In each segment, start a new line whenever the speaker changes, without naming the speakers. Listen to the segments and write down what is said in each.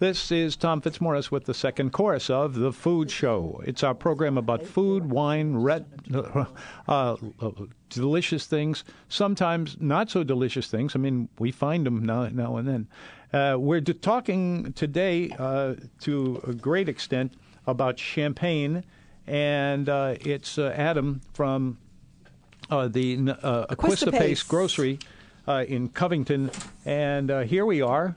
This is Tom Fitzmaurice with the second chorus of The Food Show. It's our program about food, wine, red, uh, uh, delicious things, sometimes not so delicious things. I mean, we find them now, now and then. Uh, we're d- talking today uh, to a great extent about champagne, and uh, it's Adam from the uh, Aquistapace Grocery uh, in Covington. And uh, here we are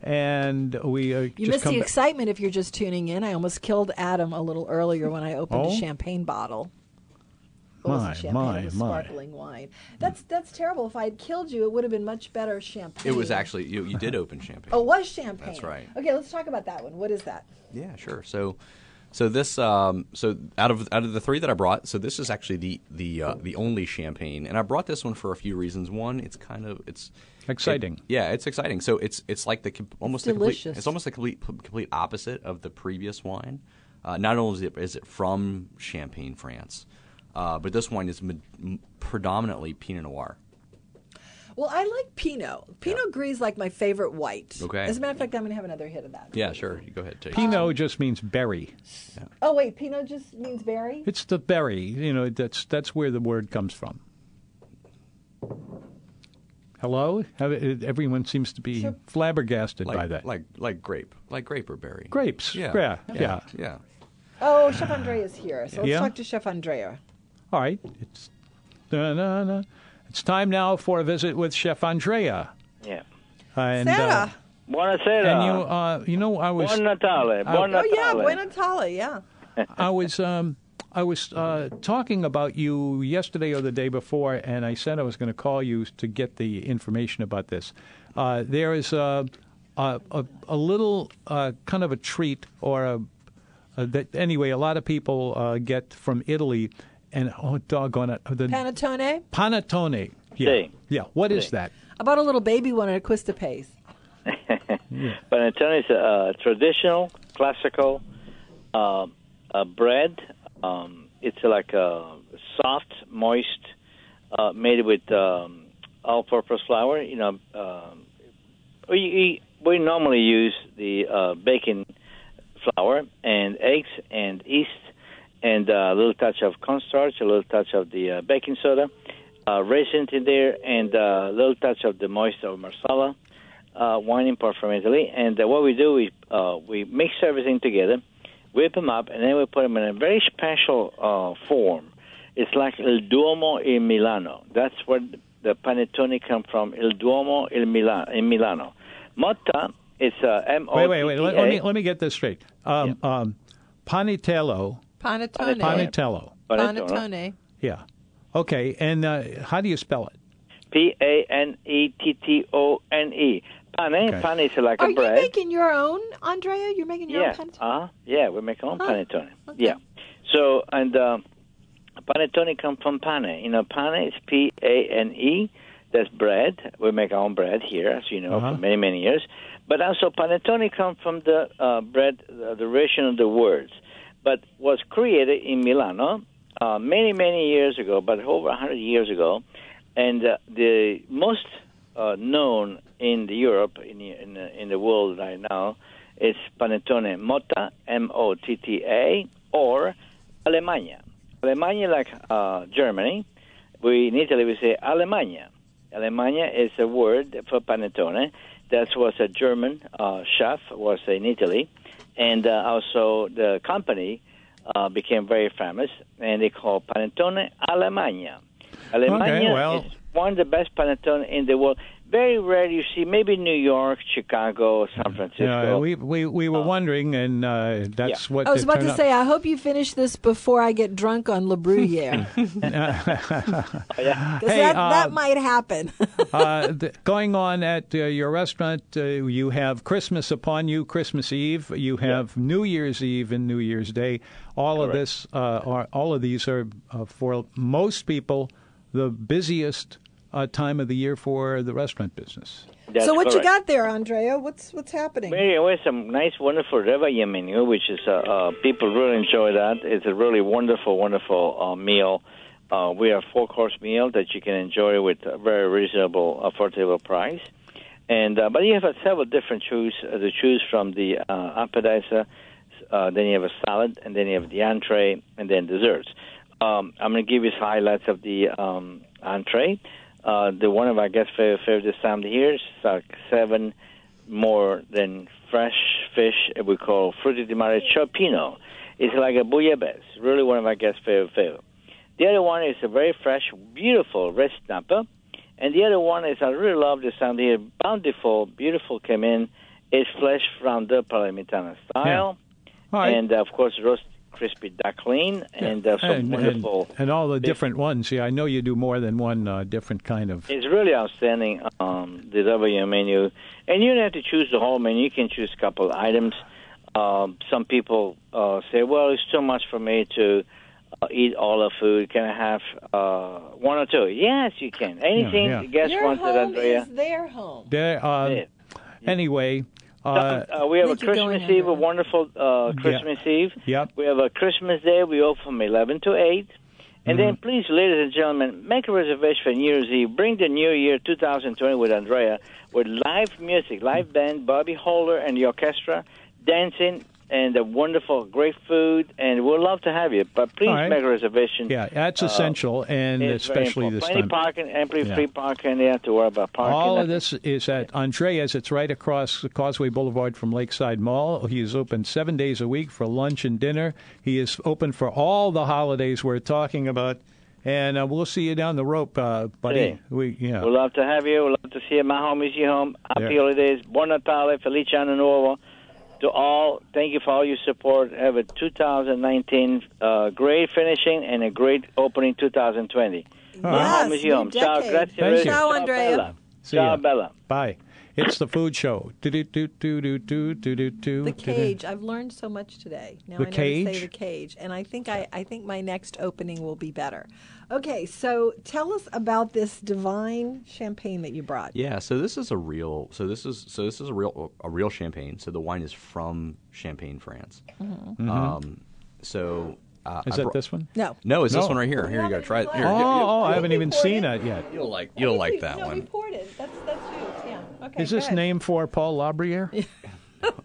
and we uh,
you missed the ba- excitement if you're just tuning in. I almost killed Adam a little earlier when I opened oh? a champagne bottle.
It my, champagne, my,
it sparkling wine. That's that's terrible. If I had killed you, it would have been much better champagne.
It was actually you. You did open champagne.
oh, was champagne.
That's right.
Okay, let's talk about that one. What is that?
Yeah, sure. So, so this um, so out of out of the three that I brought, so this is actually the the uh, the only champagne, and I brought this one for a few reasons. One, it's kind of it's
exciting. It,
yeah, it's exciting. So it's it's like the almost
it's
the
delicious.
complete, it's almost the complete complete opposite of the previous wine. Uh, not only is it, is it from Champagne, France, uh, but this wine is med- predominantly Pinot Noir.
Well, I like Pinot. Pinot yeah. Gris is like my favorite white.
Okay.
As a matter of fact, I'm going to have another hit of that.
Yeah, sure. You go ahead. Take
Pinot um, just means berry.
Yeah. Oh wait, Pinot just means berry.
It's the berry. You know, that's that's where the word comes from. Hello? uh, Everyone seems to be sure. flabbergasted
like,
by that.
Like like grape, like grape or berry.
Grapes. Yeah. Yeah.
Yeah. yeah. yeah.
Oh, Chef Andrea is here, so let's yeah. talk to Chef Andrea.
All right. It's da, da, da. It's time now for a visit with Chef Andrea.
Yeah.
And,
Sarah.
Uh, Buonasera.
And you, uh, you know, I was.
Buon Natale.
I,
Buon Natale.
Oh yeah, Buon Natale. Yeah.
I was. Um, I was uh, talking about you yesterday or the day before, and I said I was going to call you to get the information about this. Uh, there is a, a, a, a little uh, kind of a treat, or a, that anyway, a lot of people uh, get from Italy, and oh, doggone it, the
panettone.
Panettone. Yeah,
si.
yeah. What si. is that?
I bought a little baby one at Aquistapace.
yeah. Panettone is a, traditional, classical um, bread um, it's like a soft, moist, uh, made with um, all-purpose flour. You know, um, we we normally use the uh, baking flour and eggs and yeast and uh, a little touch of cornstarch, a little touch of the uh, baking soda, uh, raisins in there, and uh, a little touch of the moist of marsala. Uh, wine import from Italy, and uh, what we do is uh, we mix everything together, whip them up, and then we put them in a very special uh, form. It's like Il Duomo in Milano. That's where the panettone come from. Il Duomo in Milano. In Milano. Motta is uh, M O.
Wait, wait, wait. Let, let, me let me get this straight. Um, yeah. um, panitello.
Panettone.
Panetello.
Panettone.
Yeah. Okay. And uh, how do you spell it?
P A N E T T O N E. Pane, okay. pane is like
Are
a bread.
Are you making your own, Andrea? You're making your
yeah.
own panettone?
Uh-huh. Yeah, we make our own
oh.
panettone.
Okay.
Yeah. So, and uh, panettone come from pane. You know, pane is P-A-N-E. E. That's bread. We make our own bread here, as you know, uh-huh. for many, many years. But also panettone come from the uh, bread, uh, the ration of the words. But was created in Milano uh, many, many years ago, but over 100 years ago. And uh, the most uh, known in the Europe, in the, in the, in the world right now, is panettone motta, M-O-T-T-A, or Alemania. Alemania, like uh, Germany, we in Italy we say Alemania. Alemania is a word for panettone. That was a German uh, chef was in Italy, and uh, also the company uh, became very famous, and they called panettone Alemania. Alemania
okay, well.
is one of the best panettone in the world. very rare you see, maybe New York, Chicago, San Francisco.
Yeah, we, we, we were wondering, and uh, that's what
I was
it
about
turned
to
out-
say, I hope you finish this before I get drunk on Le Bruyere.
Oh,
Because that,
uh,
um,
that might happen.
uh, th- going on at uh, your restaurant, uh, you have Christmas upon you, Christmas Eve. You have New Year's Eve and New Year's Day. All of this, uh, are, all of these are uh, for most people the busiest uh, time of the year for the restaurant business.
That's
so what you
correct.
got there, Andrea? What's what's happening?
Well, Anyway, some nice, wonderful Revaya menu, which is uh, uh, people really enjoy that. It's a really wonderful, wonderful uh, meal. Uh, we have four course meal that you can enjoy with a very reasonable, affordable price. And uh, but you have uh, several different choose uh, to choose from the uh, appetizer. Uh, then you have a salad, and then you have the entree, and then desserts. Um, I'm going to give you highlights of the um, entree. Uh, the one of our guest favorite, favorite this time of the year is like seven more than fresh fish we call frutti di mare chopino. It's like a bouillabaisse, really one of my guests' favorite favorite. The other one is a very fresh, beautiful red snapper, and the other one is I really love this sound here, bountiful, beautiful came in. It's flesh from the Palermitana style,
All right.
and uh, of course roast crispy duckling, and uh, some
and, and,
wonderful.
and all the different ones. Yeah, I know you do more than one uh, different kind of.
It's really outstanding, um, the W menu. And you don't have to choose the whole menu. You can choose a couple items. Um, some people uh, say, well, it's too much for me to uh, eat all the food. Can I have uh, one or two? Yes, you can. Anything
yeah.
the guest
Your
wants it,
home
Andrea.
is their home.
There, uh,
Yeah.
Anyway, uh,
Uh, we have a
Thank you,
Christmas
Dorian.
Eve, a wonderful uh, Christmas Eve.
Yep.
We have a Christmas Day. We open from 11 to 8. And then,
Mm-hmm.
please, ladies and gentlemen, make a reservation for New Year's Eve. Bring the New Year 2020 with Andrea, with live music, live band, Bobby Holder and the orchestra, dancing, and the wonderful, great food. And we'd love to have you. But please
All right.
make a reservation.
yeah, that's
Uh,
essential, and
it's very
especially
important.
this
Plenty
time.
parking, ample
Yeah.
free parking. You have to worry about parking.
All
That's
of this is at Andreas. It's right across the Causeway Boulevard from Lakeside Mall. He is open seven days a week for lunch and dinner. He is open for all the holidays we're talking about. And uh, we'll see you down the rope, uh, buddy.
Hey.
We yeah.
We'd love to have you. We'd love to see you. My home is your home. Happy
Yeah.
holidays. Buon Natale. Felice Anno Nuovo. To all, thank you for all your support. Have a 2019 uh, great finishing and a great opening 2020. My
Yes,
home is
new
your home. Ciao,
decade.
grazie.
Thank you.
Ciao,
Ciao,
Andrea.
Bella.
See
Ciao,
ya.
Bella.
Bye. It's the food show. Do do do do do do do do do.
The cage. I've learned so much today. Now
The
I know to
cage?
say the cage, and I think I, I think my next opening will be better. Okay, so tell us about this divine champagne that you brought.
Yeah, so this is a real so this is so this is a real a real champagne. So the wine is from Champagne, France. Um, so uh,
Mm-hmm. Is
I
that
brought-
this one?
No.
No, it's
No.
this one right here. Here you go. Try it. Here,
Oh,
you-
oh, I
You
haven't even
poured
seen
it?
that yet.
you, will like you'll like that
no, we
one.
poured it. That's that's yours. Yeah. Okay.
Is this
good.
name for Paul Labriere?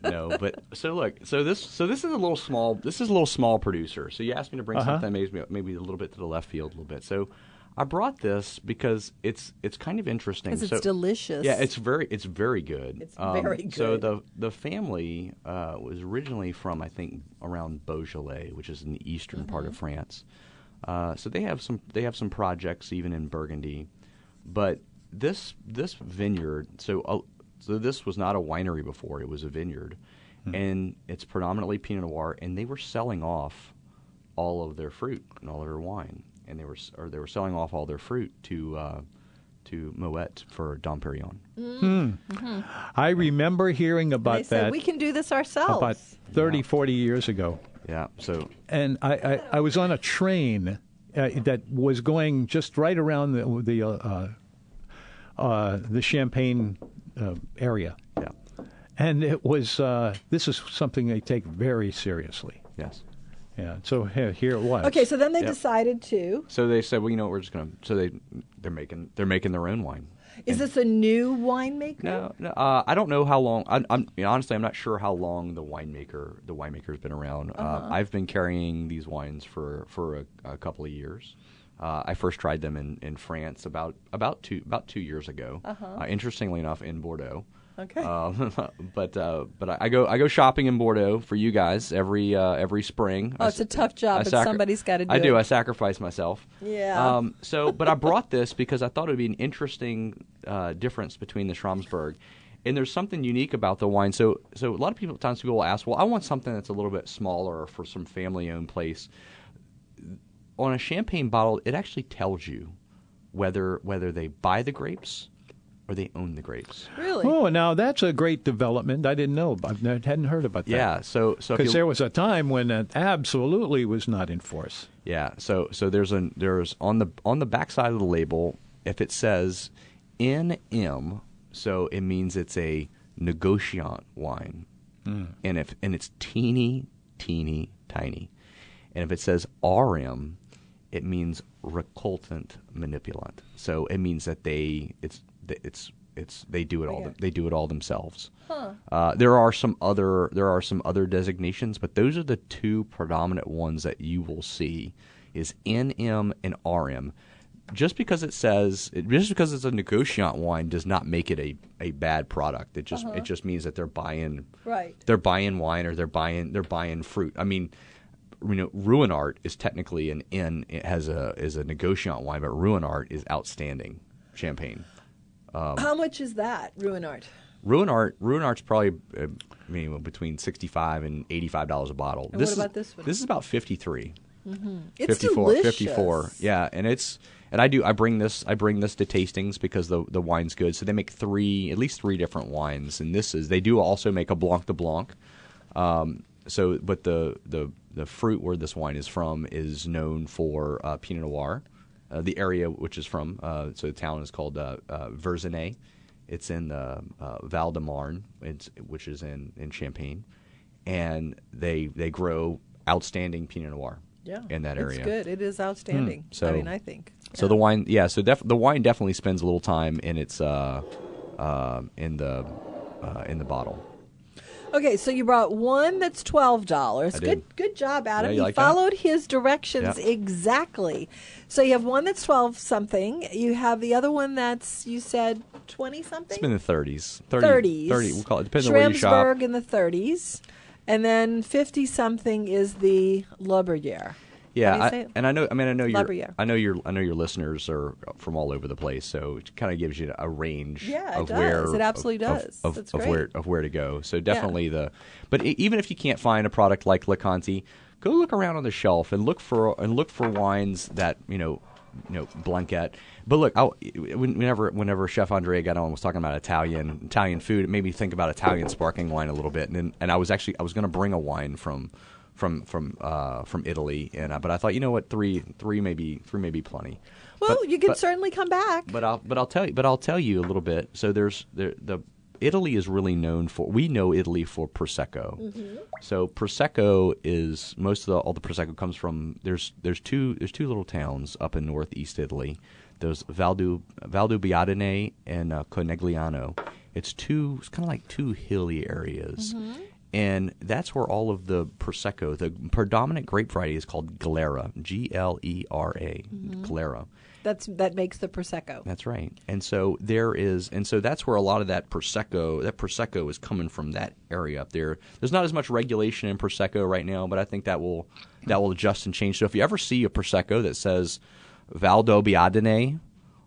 No, but so look, so this so this is a little small. This is a little small producer. So you asked me to bring
Uh-huh.
something that maybe maybe a little bit to the left field a little bit. So I brought this because it's it's kind of interesting.
'Cause it's
So-
delicious.
Yeah, it's very it's very good.
It's very
Um, So
good.
the the family uh, was originally from I think around Beaujolais, which is in the eastern part
Mm-hmm.
of France. Uh, so they have some they have some projects even in Burgundy, but this this vineyard. So uh, so this was not a winery before; it was a vineyard, and it's predominantly Pinot Noir. And they were selling off all of their fruit and all of their wine, and they were s- or they were selling off all their fruit to uh, to Moet for Dom Perignon.
Mm.
I remember hearing
They
about
said
that
we can do this ourselves.
about 30, 40 years ago.
Yeah, so
and I, I, I was on a train uh, that was going just right around the the uh, uh, uh, the Champagne uh, area,
yeah,
and it was uh, this is something they take very seriously.
yes.
Yeah, so here, here it was.
Okay, so then they
Yep.
decided to.
So they said, well, you know, we're just gonna. So they they're making they're making their own wine.
Is this a new winemaker?
No, no uh, I don't know how long. I, I'm you know, honestly, I'm not sure how long the winemaker the winemaker's been around. Uh, I've been carrying these wines for for a, a couple of years. Uh, I first tried them in, in France about about two about two years ago. Uh, interestingly enough, in Bordeaux.
Okay.
Um, but uh, but I- I go I go shopping in Bordeaux for you guys every uh, every spring.
Oh,
I
it's a
s-
tough job,
I
but somebody's gotta
I
do
do.
it.
I sacrifice myself.
Yeah.
Um, so, but I brought this because I thought it would be an interesting uh, difference between the Schramsberg, and there's something unique about the wine. So, so a lot of people times people will ask, well, I want something that's a little bit smaller for some family-owned place on a champagne bottle, it actually tells you whether whether they buy the grapes or they own the grapes.
really?
Oh, now that's a great development. I didn't know. about- I hadn't heard about that.
Yeah. So so if
Because
you-
there was a time when that absolutely was not in force.
yeah. So so there's an there's on the on the backside of the label if it says NM, so it means it's a negociant wine, and if and it's teeny teeny tiny, and if it says RM, it means recultant manipulant. So it means that they it's it's it's they do it all
Okay.
they do it all themselves. Uh, there are some other there are some other designations, but those are the two predominant ones that you will see is NM and RM. Just because it says it- just because it's a negociant wine does not make it a, a bad product. It just it just means that they're buying
Right.
they're buying wine or they're buying they're buying fruit. I mean, you know, Ruin Art is technically an in it has a is a negociant wine, but Ruin Art is outstanding champagne. um,
How much is that, Ruin Art?
Ruin Art Ruin Art's probably uh, I mean between sixty five and eighty five dollars a bottle.
And
this
what
is,
about this one?
This is about fifty three.
It's
54
delicious.
54 yeah and it's and i do i bring this i bring this to tastings because the the wine's good so they make three at least three different wines and this is they do also make a blanc de blanc um, so but the the the fruit where this wine is from is known for uh, pinot noir uh, the area which is from uh, so the town is called uh, uh, verzenay it's in the uh, val de marne it's, which is in in champagne and they they grow outstanding pinot noir
Yeah.
in that area Hmm,
It's good. It is outstanding. I
So-
mean, I think.
so the wine, yeah. So def- the wine definitely spends a little time in its uh, uh, in the uh, in the bottle.
Okay, so you brought one that's twelve dollars.
I
Good,
did.
good job, Adam.
Yeah, you
you
like that?
followed his directions
Yeah.
exactly. So you have one that's twelve something. You have the other one that's you said twenty something.
It's been in the thirties,
30s.
30 We'll call it depends on where you shop.
Schramsberg in the 30s. And then 50 something is the Le Bruyere.
Yeah,
How do you
I,
say it?
and I know. I mean, I know
Love
your,
a year.
I know your, I know your listeners are from all over the place, so it kind of gives you a range.
Yeah, it
of where
does. It
of-
absolutely
of-
does.
Of,
That's
of
great.
where of where to go. So definitely the, but e even if you can't find a product like La Conti, go look around on the shelf and look for and look for wines that you know, you know, blanket. But look, I'll, e, when- whenever whenever Chef Andre got on was talking about Italian Italian food, it made me think about Italian sparkling wine a little bit, and then- and I was actually I was going to bring a wine from from from uh, from Italy, and uh, but I thought you know what three three maybe three maybe plenty.
Well,
But-
you can
but-
certainly come back.
but I'll but I'll tell you but I'll tell you a little bit. So there's there, the Italy is really known for we know Italy for prosecco. So prosecco is most of the all the prosecco comes from there's there's two there's two little towns up in northeast Italy. There's Valdu Valdubbiadene and uh, Conegliano. It's two it's kind of like two hilly areas. And that's where all of the prosecco, the predominant grape variety is called Glera, G L E R A, Glera.
that's that makes the prosecco.
That's right. And so there is, and so that's where a lot of that prosecco, that prosecco is coming from that area up there. There's not as much regulation in prosecco right now, but I think that will that will adjust and change. So if you ever see a prosecco that says Valdobbiadene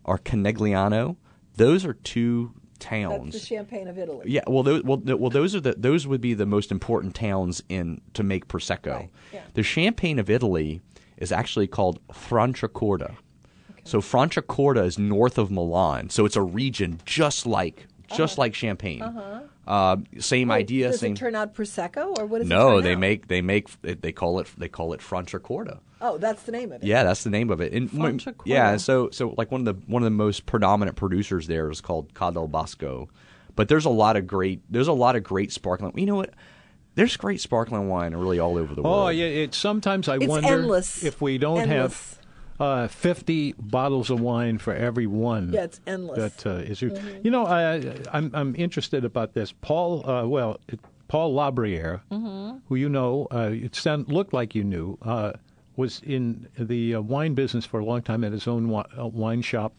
or Conegliano, those are two towns.
That's the champagne of Italy.
Yeah, well, those, well, th- well, those are the those would be the most important towns in to make prosecco. The champagne of Italy is actually called Franciacorta. So Franciacorta is north of Milan, so it's a region just like just like Champagne. Uh-huh. same idea,
Does
same.
it turn out prosecco or what is it?
no,
turn
they
out?
make they make they- they call it they call it Franciacorta.
Oh, that's the name of it.
Yeah, that's the name of it. And when-
Franciacorta.
yeah, so so like one of the one of the most predominant producers there is called Cadel Bosco. But there's a lot of great there's a lot of great sparkling. You know what? There's great sparkling wine really all over the world.
Oh, yeah. It, sometimes I
It's
wonder
endless.
if we don't
Endless.
have uh, 50 bottles of wine for every one.
Yeah, it's endless. Mm-hmm.
That uh, is- You know, I, I'm, I'm interested about this. Paul, uh, well, it, Paul Labriere,
Mm-hmm.
who you know, uh, it sound, looked like you knew, uh, was in the uh, wine business for a long time at his own wi- uh, wine shop,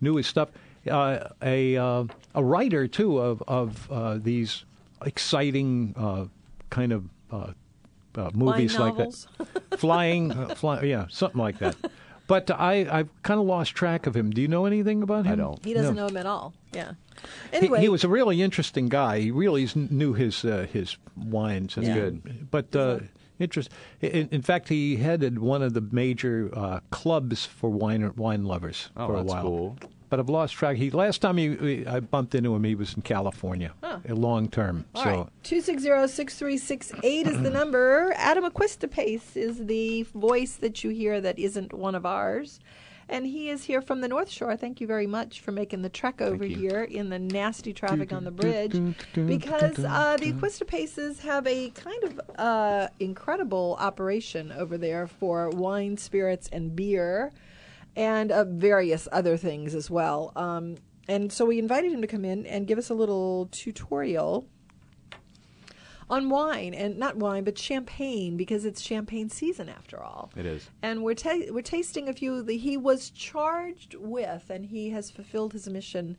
knew his stuff. uh, a uh, a writer too of of uh, these exciting uh, kind of uh, uh, movies like
novels?
that, flying, uh, fly, yeah, something like that. But I I've kind of lost track of him. Do you know anything about him?
I don't.
He doesn't
No.
know him at all. Yeah.
He-
Anyway,
he, was a really interesting guy. He really s- knew his uh, his wines. And
He's good.
but uh, interest. In, in fact, he headed one of the major uh, clubs for wine wine lovers
Oh,
for a
that's
while.
cool.
But I've lost track. He last time he, we- I bumped into him, he was in California, a long term.
All
so
right. 260-6368 is the number. Adam Aquistapace is the voice that you hear that isn't one of ours. And he is here from the North Shore. Thank you very much for making the trek over
you.
here in the nasty traffic on the
do,
bridge.
do, do,
Because
do, do,
uh, the Aquistapaces have a kind of uh, incredible operation over there for wine, spirits, and beer and uh, various other things as well. Um, and so we invited him to come in and give us a little tutorial on wine and not wine but champagne because it's champagne season after all.
It is.
And we're ta- we're tasting a few that he was charged with and he has fulfilled his mission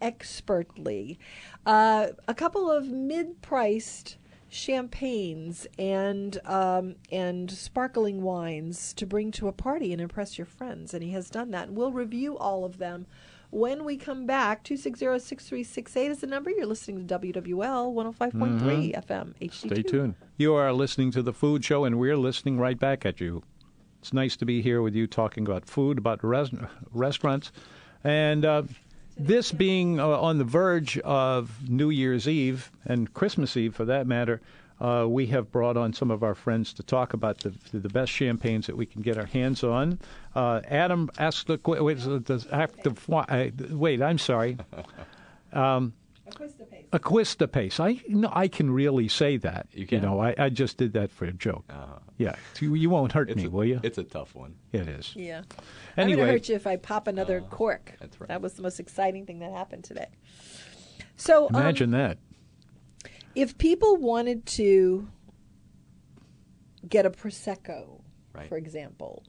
expertly. Uh, a couple of mid-priced champagnes and um, and sparkling wines to bring to a party and impress your friends. And he has done that. We'll review all of them when we come back. 260-6368 is the number. You're listening to WWL 105.3 FM HD2.
Mm-hmm. stay tuned. You are listening to the Food Show, and we're listening right back at you. It's nice to be here with you, talking about food, about res- restaurants, and uh, this being uh, on the verge of New Year's Eve and Christmas Eve, for that matter. Uh, we have brought on some of our friends to talk about the the best champagnes that we can get our hands on. Uh, Adam asked the qu- wait, the- the act of why- I- wait, I'm sorry. Acquista pace. I no, I can really say that.
You can.
know, I, I just did that for a joke. Yeah, you, you won't hurt me,
a,
will you?
It's a tough one.
it is.
Yeah. I'm
Anyway,
going to hurt you if I pop another cork.
Oh, that's right.
That was the most exciting thing that happened today. So um,
imagine that.
if people wanted to get a prosecco,
Right.
for example,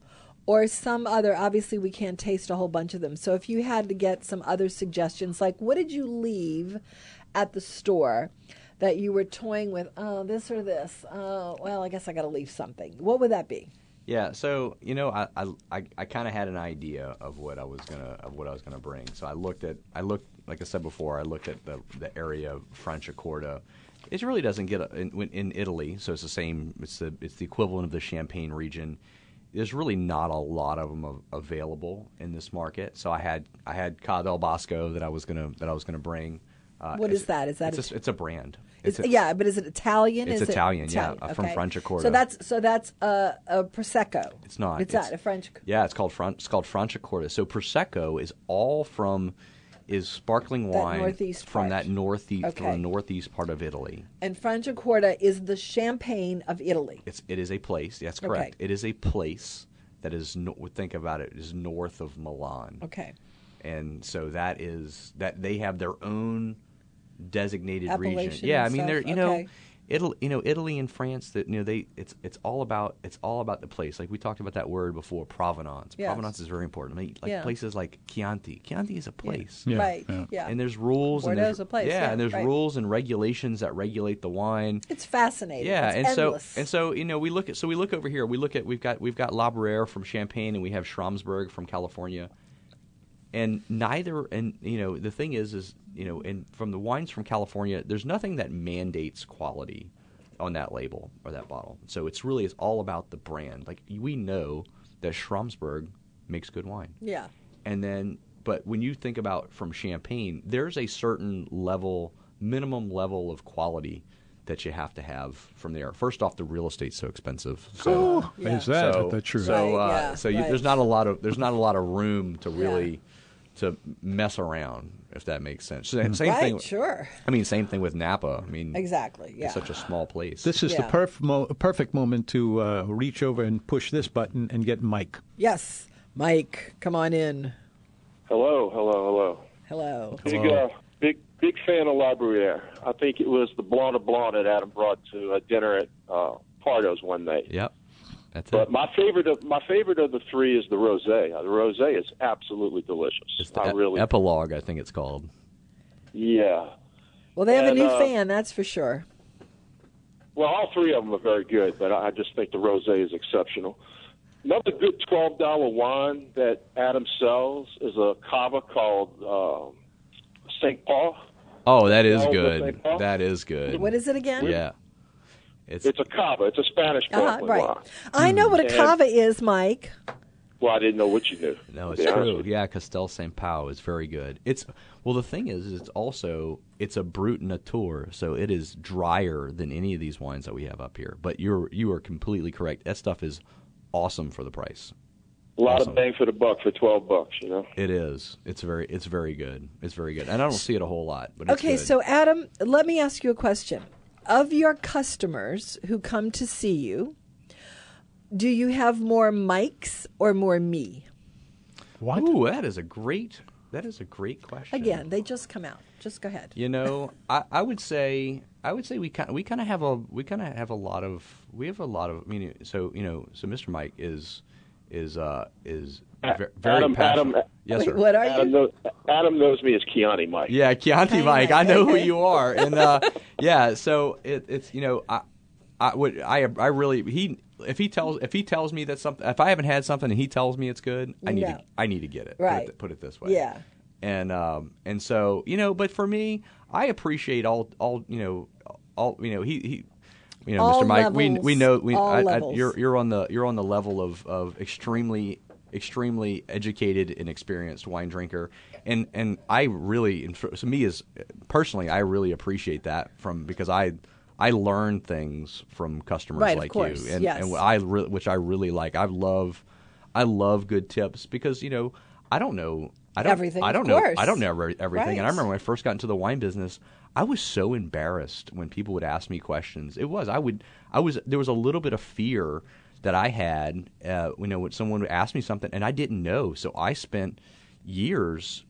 or some other, obviously we can't taste a whole bunch of them. So if you had to get some other suggestions, like what did you leave at the store that you were toying with? Oh, this or this. Oh, well, I guess I got to leave something. What would that be?
Yeah, so you know, I I, I, I kind of had an idea of what I was gonna of what I was gonna bring. So I looked at I looked like I said before, I looked at the the area of Franciacorta. It really doesn't get a, in, when- in Italy, so it's the same. It's the it's the equivalent of the Champagne region. There's really not a lot of them av- available in this market. So I had I had Cadel Bosco that I was gonna that I was gonna bring. Uh,
What
it's-
is that? Is that
it's
a-
a, it's a brand?
It's,
a-
yeah, but is it Italian?
It's
is
Italian,
it
yeah, uh, from
okay.
Franciacorta.
So that's so that's a, a prosecco.
It's not.
It's, not a French.
Yeah, it's called Fran- it's called Franciacorta. So prosecco is all from is sparkling
That
wine
northeast part.
from that northeast from
Okay.
the northeast part of Italy.
And Franciacorta is the champagne of Italy.
It's it is a place. That's
Okay.
correct. It is a place that is no, think about it is north of Milan.
Okay.
and so that is that they have their own designated region.
Appellation
Yeah, I
and
mean they're
stuff?
you know
Okay.
Italy, you know Italy and France that you know they it's it's all about it's all about the place. Like we talked about that word before, provenance.
Yes.
Provenance is very important. Like, like
Yeah.
places like Chianti. Chianti is a place.
Yeah,
right.
yeah.
Yeah.
And there's rules and there's,
Bordeaux's a place,
Yeah,
yeah,
and there's
right.
rules and regulations that regulate the wine.
it's fascinating.
Yeah,
It's
and
endless.
so and so you know we look at so we look over here. We look at we've got we've got La Brere from Champagne and we have Schramsberg from California, and neither and you know the thing is is you know and from the wines from California, there's nothing that mandates quality on that label or that bottle. So it's really it's all about the brand. Like we know that Schramsberg makes good wine
yeah.
and then but when you think about from champagne there's a certain level minimum level of quality that you have to have from there first off the real estate's so expensive so
Yeah.
Is that
so,
the truth?
so, uh,
Right, yeah,
so you,
right.
there's not a lot of there's not a lot of room to really
Yeah.
to mess around if that makes sense
Mm-hmm.
So, same
right.
thing
Sure.
i mean same thing with napa i mean
Exactly. Yeah.
it's such a small place
this is the
Yeah.
perf- mo- perfect moment to uh, reach over and push this button and get Mike.
yes, Mike, come on in.
Hello, hello, hello.
Hello.
Big, uh, big, big fan of La Bruyere. I think it was the Blanc de Blanc that Adam brought to a dinner at uh, Pardo's uh, one night.
yep That's
But
it.
my favorite of my favorite of the three is the rosé. Uh, The rosé is absolutely delicious.
It's the
I
ep-
really,
E-, epilogue, I think it's called.
yeah.
Well, they have
And,
a new
uh,
fan, that's for sure.
Well, all three of them are very good, but I I just think the rosé is exceptional. Another good twelve dollar wine that Adam sells is a cava called um, Saint Paul.
Oh, that is
Oh,
good.
Saint Paul?
That is good.
What is it again?
Yeah. It's,
It's a cava. It's a Spanish
Uh-huh,
sparkling
right.
wine.
I know what a
And-
cava is, Mike.
Well, I didn't know what you knew.
no,
to
it's
be honest
true.
with you.
Yeah, Castel San Pau is very good. It's well, the thing is, is it's also it's a brut nature, so it is drier than any of these wines that we have up here. But you're you are completely correct. That stuff is awesome for the price.
A lot
Awesome.
of bang for the buck for twelve bucks. You know.
It is. It's very. It's very good. It's very good, and I don't see it a whole lot. But it's
Okay,
good.
so Adam, let me ask you a question. Of your customers who come to see you, do you have more Mikes or more me?
What?
Ooh, that is a great. That is a great question.
Again, they just come out. Just go ahead.
You know, I, I would say I would say we kind we kind of have a we kind of have a lot of we have a lot of I mean so you know so Mr. Mike is is uh is ver- very
Adam-
passionate.
Adam-
yes
Wait,
sir.
what are
Adam
you?
knows, Adam knows me as Keani Mike.
Yeah, Chianti
Kinda,
Mike. I know who
okay.
you are, and uh, yeah. So it, it's you know I I would I I really he if he tells if he tells me that something if I haven't had something and he tells me it's good I need
No.
to, I need to get it
Right.
put it, put it this way
Yeah.
and um and so you know but for me I appreciate all all you know all you know he he. You know,
All
Mr. Mike, we we
levels.
know we
All
I, I,
levels.
you're you're on the you're on the level of, of extremely extremely educated and experienced wine drinker and and I really and for- so me is personally I really appreciate that from because I I learn things from customers
Right, of
like
course,
you and,
yes.
and I re- which I really like I love I love good tips because you know I don't know I don't
Everything,
I
of
don't know
course.
I don't know every- everything and I
Right.
remember when I first got into the wine business, I was so embarrassed when people would ask me questions. It was I would I was there was a little bit of fear that I had, uh, you know, when someone would ask me something and I didn't know. So I spent years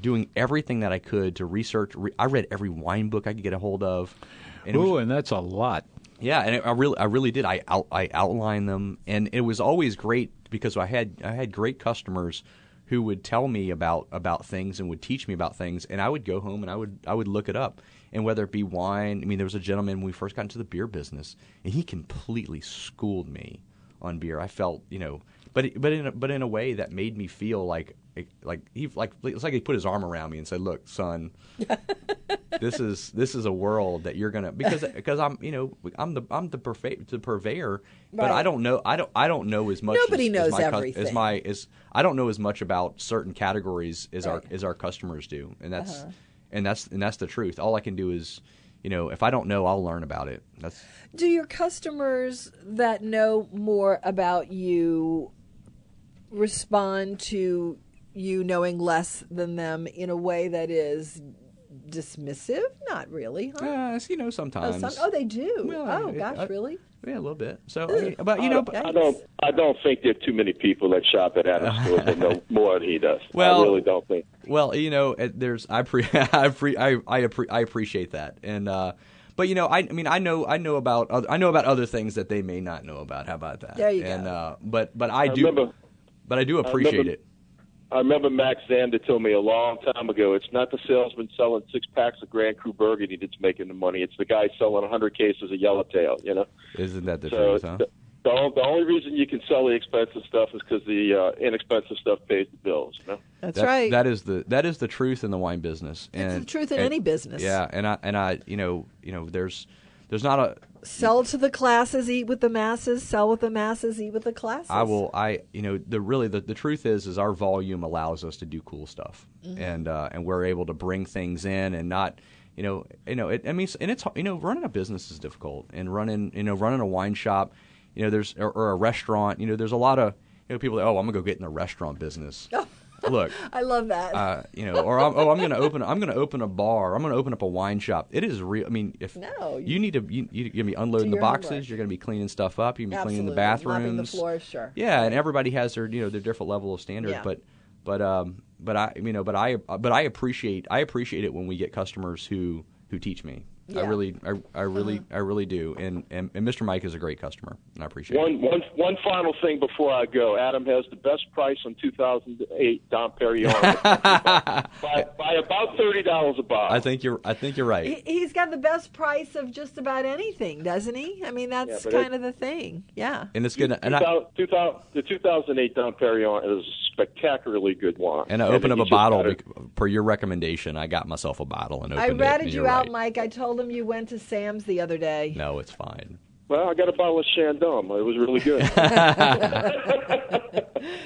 doing everything that I could to research. Re- I read every wine book I could get a hold of. And it was-
Ooh, and that's a lot.
yeah, and I really, I really did. I out, I outlined them, and it was always great because I had, I had great customers who would tell me about about things and would teach me about things, and I would go home and I would, I would look it up, and whether it be wine. I mean, there was a gentleman when we first got into the beer business, and he completely schooled me on beer. I felt, you know, but it- but in a, but in a way that made me feel like like he like it's like he put his arm around me and said, "Look, son." this is this is a world that you're gonna because because I'm you know I'm the I'm the, purve- the purveyor, but I
Right.
don't know I don't I don't know as much.
Nobody
as,
knows
as my, cus- As
everything.
my as I don't know as much about certain categories as our
Right. Uh-huh.
as our customers do, and that's and that's and that's the truth. All I can do is you know if I don't know, I'll learn about it. That's
Do your customers that know more about you respond to you knowing less than them in a way that is dismissive? Not really, huh?
uh, you know
Oh,
sometimes
some, oh, they do.
Well,
oh,
it-
gosh,
I-
really? oh,
yeah a little bit. So I- but you know but-
I don't. I don't think there are too many people that shop at Adam's store that know more than he does.
Well-
I really don't think.
Well, you know, it- there's I pre- I pre- I I, appre- I appreciate that, and uh, but you know, I, I mean, I know I know about other, I know about other things that they may not know about. How about that?
There you
and,
go.
Uh, but but I,
I
do,
remember-
but I do appreciate
remember-
it.
I remember Max Zander told me a long time ago. It's not the salesman selling six packs of Grand Cru Burgundy that's making the money. It's the guy selling a hundred cases of Yellowtail. You know.
Isn't that the
So
truth? Huh?
the, the, on- the only reason you can sell the expensive stuff is because the uh, inexpensive stuff pays the bills. You know?
That's
That-
right.
That is the that is the truth in the wine business. And,
the truth in
and-
any business.
Yeah, and I and I you know you know there's there's not a
Sell to the classes, eat with the masses. Sell with the masses, eat with the classes.
I will. I you know the really the, the truth is is our volume allows us to do cool stuff,
Mm-hmm.
and uh, and we're able to bring things in and not you know you know it. I mean, and it's you know running a business is difficult, and running you know running a wine shop, you know there's or, or a restaurant. You know there's a lot of you know people. That, oh, I'm gonna go get in the restaurant business. Look,
I love that.
uh, you know, or I'm, oh, I'm going to open, I'm going to open a bar, I'm going to open up a wine shop. It is real. I mean, if
No,
you,
you-
need to, you, you're going to be unloading
Do
the
your
boxes,
homework.
you're going to be cleaning stuff up, you're going to be cleaning the
Absolutely. Mopping
bathrooms,
the floor, sure.
Yeah, and everybody has their, you know, their different level of standard,
Yeah.
but, but, um, but I, you know, but I, but I appreciate, I appreciate it when we get customers who, who teach me. I
Yeah. Uh-huh.
really, I, I really, I really do. And, and and Mr. Mike is a great customer, and I appreciate it.
One, one, one final thing before I go. Adam has the best price on 2008 Dom Perignon by, by about thirty dollars a bottle.
I think you're, I think you're right.
He, he's got the best price of just about anything, doesn't he? I mean, that's
but it-
kind of the thing. Yeah.
and it's good. And I,
2000, 2000, the 2008 Dom Perignon is a spectacularly good wine.
And I opened up
it
a
just
bottle
got it-
bec- per your recommendation. I got myself a bottle and opened
I
it. and
ratted
you're
you out,
right.
Mike. I told him you went to Sam's the other day.
No, it's fine.
Well, I got a bottle of Shandong. It was really good.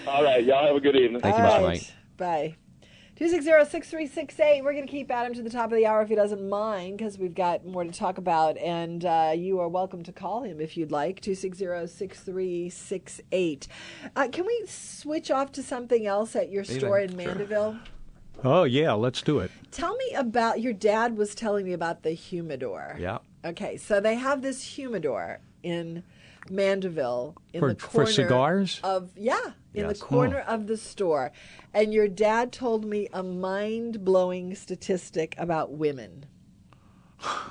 All right, y'all have a good evening.
Thank you,
All
Mr.
right.
Mike.
Bye. 260-6368. We're going to keep Adam to the top of the hour if he doesn't mind because we've got more to talk about. And uh, you are welcome to call him if you'd like, 260-6368. Uh, can we switch off to something else at your store in
Sure.
Mandeville?
Oh, yeah, let's do it.
Tell me about, your dad was telling me about the humidor.
Yeah.
Okay, so they have this humidor in Mandeville in
For-
the
for
corner
cigars?
of yeah, in
Yes. Oh.
the corner of the store. And your dad told me a mind-blowing statistic about women.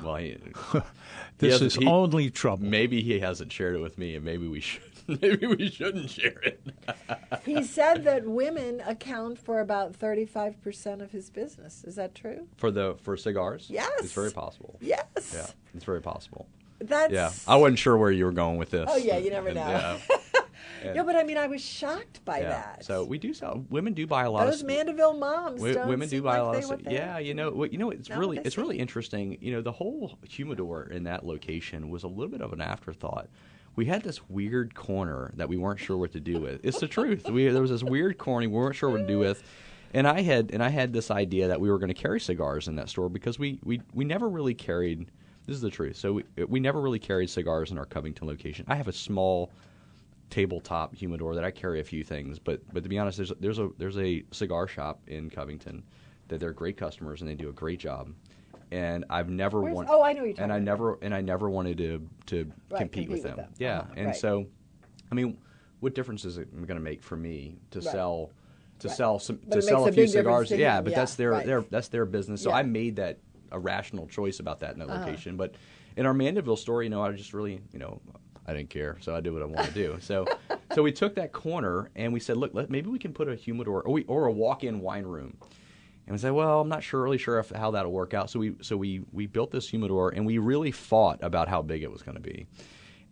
Well, he,
This
has-
is
he-
only trouble.
maybe he hasn't shared it with me, and maybe we should. Maybe we shouldn't share it.
He said that women account for about 35% of his business. Is that true?
For the for cigars,
Yes.
it's very possible.
Yes.
Yeah, it's very possible.
That's
Yeah, I wasn't sure where you were going with this.
Oh, yeah, you never know.
Yeah,
No, but I mean I was shocked by
yeah.
that.
So we do sell. Women do buy a lot
those
of
Mandeville moms
Wo-
don't
women do
seem like
buy a lot
they
of
were
stuff.
there.
Yeah, you know, what- you know, it's
Not what
really
they
it's
say.
really interesting. You know, the whole humidor in that location was a little bit of an afterthought. We had this weird corner that we weren't sure what to do with. It's the truth. We there was this weird corner we weren't sure what to do with. And I had and I had this idea that we were going to carry cigars in that store because we we, we never really carried this is the truth. So we, we never really carried cigars in our Covington location. I have a small tabletop humidor that I carry a few things. But but to be honest, there's there's a there's a cigar shop in Covington that they're great customers and they do a great job. And I've never
Where's-
wanted.
oh, I know what you're
And I
talking
never and I never wanted to to compete,
Right,
with, them. Yeah,
Uh-huh,
and
right.
so, I mean, what difference is it going to make for me to
Right.
sell? To sell some,
But
to
it makes
sell
a
a few
big difference
cigars,
to
yeah,
him.
but
Yeah,
that's their,
right.
their that's their business. So
Yeah. Uh-huh.
I made that a rational choice about that in that location. But in our Mandeville store, you know, I just really, you know, I didn't care, so I did what I wanted to do. So, so we took that corner and we said, look, let, maybe we can put a humidor or, we, or a walk-in wine room. And we said, well, I'm not sure, really sure if, how that'll work out. So we, so we, we built this humidor and we really fought about how big it was going to be.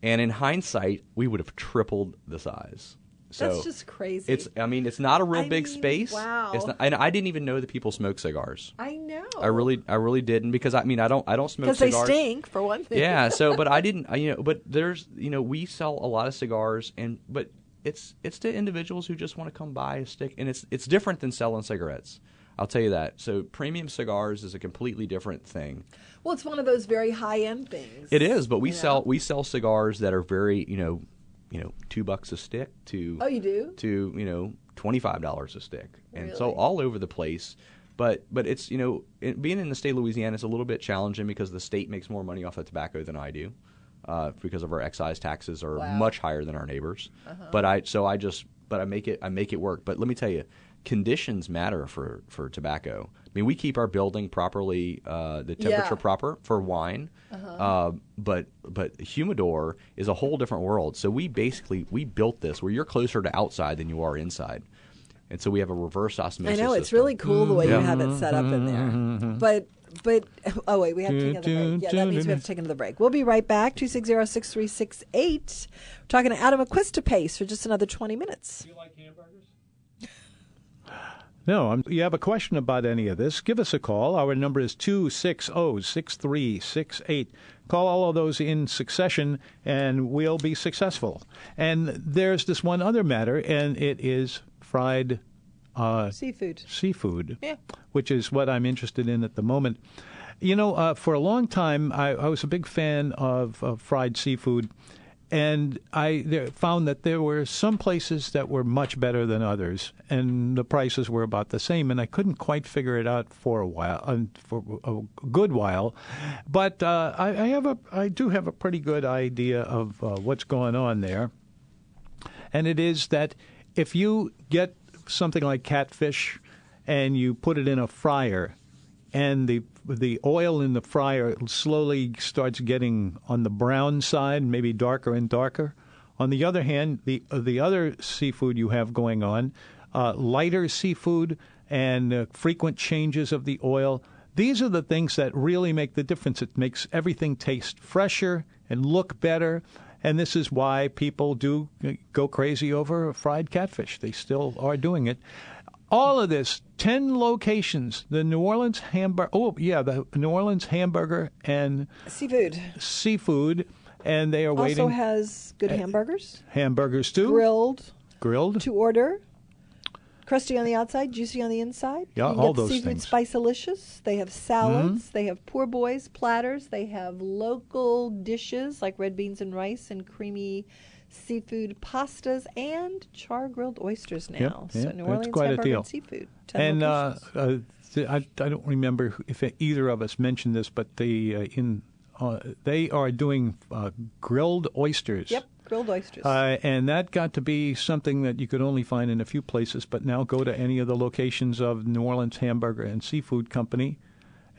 And in hindsight, we would have tripled the size. So
That's just crazy.
It's, I mean, it's not a real
I
big
mean,
space.
wow.
It's not, and I didn't even know that people smoke cigars.
I know.
I really, I really didn't because I mean, I don't, I don't smoke
because they
cigars.
stink for one thing.
yeah. So, but I didn't, I, you know, but there's, you know, we sell a lot of cigars, and but it's, it's to individuals who just want to come buy a stick, and it's, it's different than selling cigarettes. I'll tell you that. So, premium cigars is a completely different thing.
Well, it's one of those very high end things.
It is, but we sell, we sell cigars that are very, you know, you know, two bucks a stick to
Oh, you do?
to you know twenty five dollars a stick, and so
Really?
all over the place. But but it's you know it, being in the state of Louisiana is a little bit challenging because the state makes more money off of tobacco than I do, uh, because of our excise taxes are much higher than our neighbors. But I so I just but I make it I make it work. But let me tell you, conditions matter for for tobacco. I mean we keep our building properly uh, the temperature
Yeah. Uh-huh.
proper for wine, uh, but but humidor is a whole different world. So we basically we built this where you're closer to outside than you are inside, and so we have a Mm-hmm. reverse
I
osmosis.
know it's
system.
really cool the way
Yeah.
you have it set up in there. But but oh wait, we have to take another break. Yeah, that means we have to take another break. We'll be right back. 260-6368. We're talking to Adam Aquistapace for just another twenty minutes.
No, i you have a question about any of this, give us a call. Our number is oh, 260-6368. Call all of those in succession and we'll be successful. And there's this one other matter and it is fried uh,
Seafood.
seafood, which is what I'm interested in at the moment. You know, uh, for a long time, I, I was a big fan of, of fried seafood, and I there, found that there were some places that were much better than others, and the prices were about the same, and I couldn't quite figure it out for a while, um, for a good while. But uh, I, I have a, I do have a pretty good idea of uh, what's going on there and it is that if you get something like catfish and you put it in a fryer and the the oil in the fryer slowly starts getting on the brown side, maybe darker and darker. On the other hand, the uh, the other seafood you have going on, uh, lighter seafood and uh, frequent changes of the oil. These are the things that really make the difference. It makes everything taste fresher and look better. And this is why people do go crazy over fried catfish. They still are doing it. All of this, 10 locations. The New Orleans hamburger, oh, yeah, the New Orleans hamburger and
Seafood
seafood. And they are
also
waiting.
has good
Uh,
hamburgers,
hamburgers too.
grilled,
Grilled.
to order, crusty on the outside, juicy on the inside.
Yeah,
you can
all
get
those
seafood
things. Mm-hmm.
Spicelicious. They have salads. They have poor boys platters. They have local dishes like red beans and rice and creamy seafood pastas and char grilled oysters now. so
yep,
New
that's
Orleans
quite a
hamburger
deal.
and seafood. 10
and uh,
locations.
uh, th- I, I don't remember who- if either of us mentioned this, but they uh, in uh, they are doing uh, grilled oysters.
yep, grilled oysters.
Uh, and that got to be something that you could only find in a few places, but now go to any of the locations of New Orleans Hamburger and Seafood Company,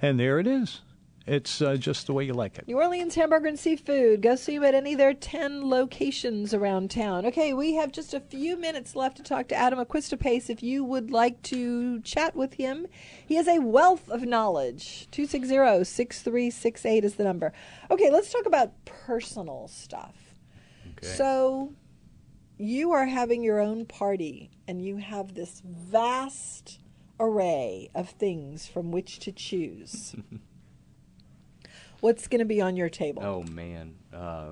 and there it is. It's uh, just the way you like it.
New Orleans Hamburger and Seafood. Go see them at any of their 10 locations around town. Okay, we have just a few minutes left to talk to Adam Aquistapace if you would like to chat with him. He has a wealth of knowledge. 260 6368 is the number. Okay, let's talk about personal stuff. So, you are having your own party and you have this vast array of things from which to choose. What's going to be on your table?
Oh man. Uh,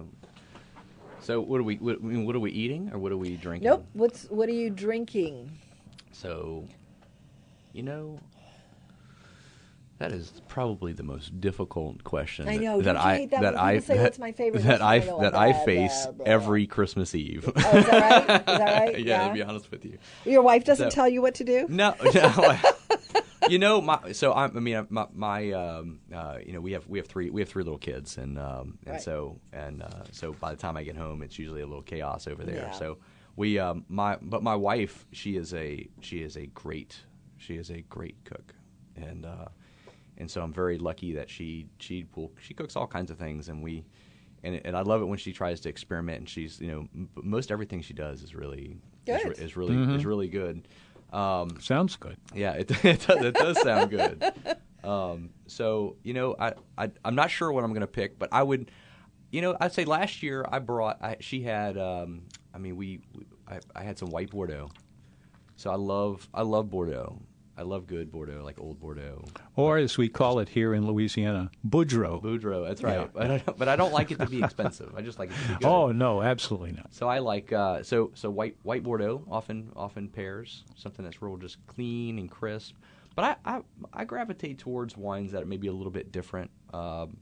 so what are we? What, I mean, what are we eating or what are we drinking?
Nope. What's what are you drinking?
So, you know, that is probably the most difficult question
I
that-
know.
that
Don't you
I
hate that
that
when people
I
say,
that,
"What's my favorite dish?"
that
And
I
they go,
that
"Blah,
I
blah,
face
blah."
every Christmas Eve.
Oh, is that right? Is that right?
yeah, Mm. to be honest with you.
Your wife doesn't
No.
tell you what to do.
No, no. I- you know, my so I, I mean, my, my um, uh, you know, we have we have three we have three little kids, and um, and
Right.
so and uh, so by the time I get home, it's usually a little chaos over there.
Yeah.
So we um, my but my wife, she is a she is a great she is a great cook, and uh, and so I'm very lucky that she she will she cooks all kinds of things, and we. And, and I love it when she tries to experiment, and she's you know m- most everything she does is really is,
Good.
re- is really is really good.
Sounds good.
Yeah, it, it does. It does sound good. Um, so you know, I, I I'm not sure what I'm going to pick, but I would, you know, I'd say last year I brought. I, she had. Um, I mean, we. we I, I had some white Bordeaux. So I love I love Bordeaux. I love good Bordeaux, like old Bordeaux.
Or as we call it here in Louisiana, Boudreaux.
Boudreaux, that's right. But, I don't, but I don't like it to be expensive. I just like it to be good.
Oh no, absolutely not.
So I like uh, so so white white Bordeaux often often pairs something that's real just clean and crisp. But I I, I gravitate towards wines that are maybe a little bit different, um,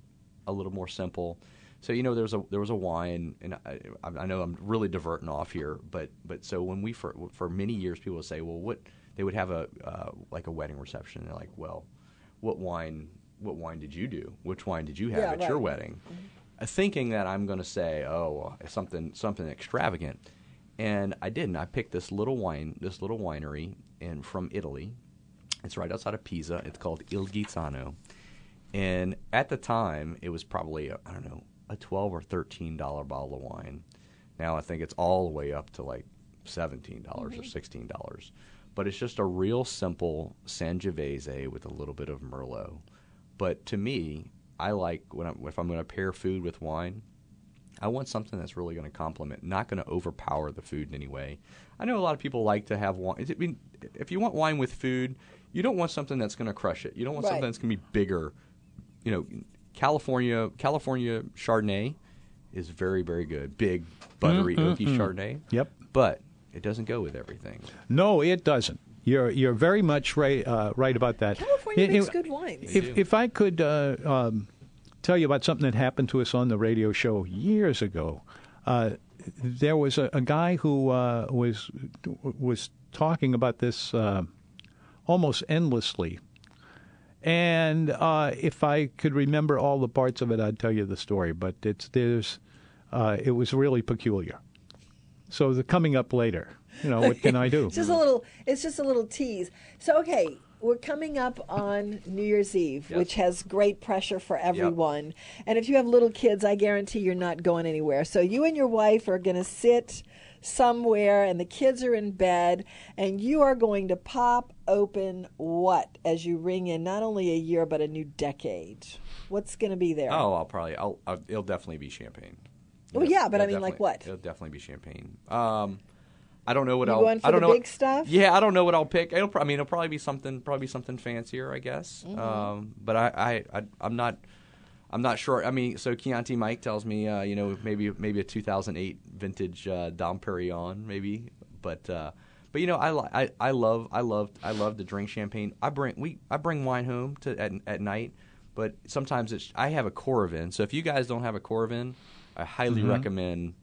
a little more simple. So you know there's a there was a wine, and I, I I know I'm really diverting off here, but but so when we for for many years people would say, well, what they would have a uh, like a wedding reception, and they're like, well, what wine what wine did you do? Which wine did you have
Yeah,
at your
right. Mm-hmm.
wedding? wedding, uh, thinking that I'm going to say, "Oh, well, something something extravagant," and I didn't. I picked this little wine, this little winery, and from Italy. It's right outside of Pisa. It's called Il Ghizzano, and at the time, it was probably I I don't know a twelve or thirteen dollar bottle of wine. Now I think it's all the way up to like seventeen dollars or sixteen dollars. But it's just a real simple Sangiovese with a little bit of Merlot. But to me, I like when I'm, if I'm going to pair food with wine, I want something that's really going to complement, not going to overpower the food in any way. I know a lot of people like to have wine. I mean, if you want wine with food, you don't want something that's going to crush it. You don't want
Right.
something that's going to be bigger. You know, California California Chardonnay is very very good, big buttery oaky Chardonnay.
Yep.
but it doesn't go with everything.
No, it doesn't. You're you're very much right uh, right about that.
California
It-
makes
it-
good wines.
If if I could uh, um, tell you about something that happened to us on the radio show years ago, uh, there was a, a guy who uh, was was talking about this uh, almost endlessly, and uh, if I could remember all the parts of it, I'd tell you the story. But it's there's uh, it was really peculiar. So the coming up later, you know, what can I do?
Mm.
It's just a little. It's just a little tease. So okay, We're coming up on New Year's Eve, which has great pressure for everyone. And if you have little kids, I guarantee you're not going anywhere. So you and your wife are going to sit somewhere, and the kids are in bed, and you are going to pop open what as you ring in not only a year but a new decade. What's going to be there?
Oh, I'll probably. I'll, I'll. It'll definitely be champagne.
Well, yeah, but I
It'll
mean, like
definitely-
what?
It'll definitely be champagne. Um, I don't know what
You
I'll.
going for
I don't
the
know
big stuff?
Yeah, I don't know what I'll pick. It'll. pro- I mean, it'll probably be something. Probably something fancier, I guess.
Mm-hmm.
Um, but I, I, I, I'm not. I'm not sure. I mean, so Chianti Mike tells me, uh, you know, maybe maybe a 2008 vintage uh, Dom Perignon, maybe. But uh, but you know, I, li- I I love I love I love to drink champagne. I bring we I bring wine home to at, at night, but sometimes it's I have a Coravin. So if you guys don't have a Coravin, I highly recommend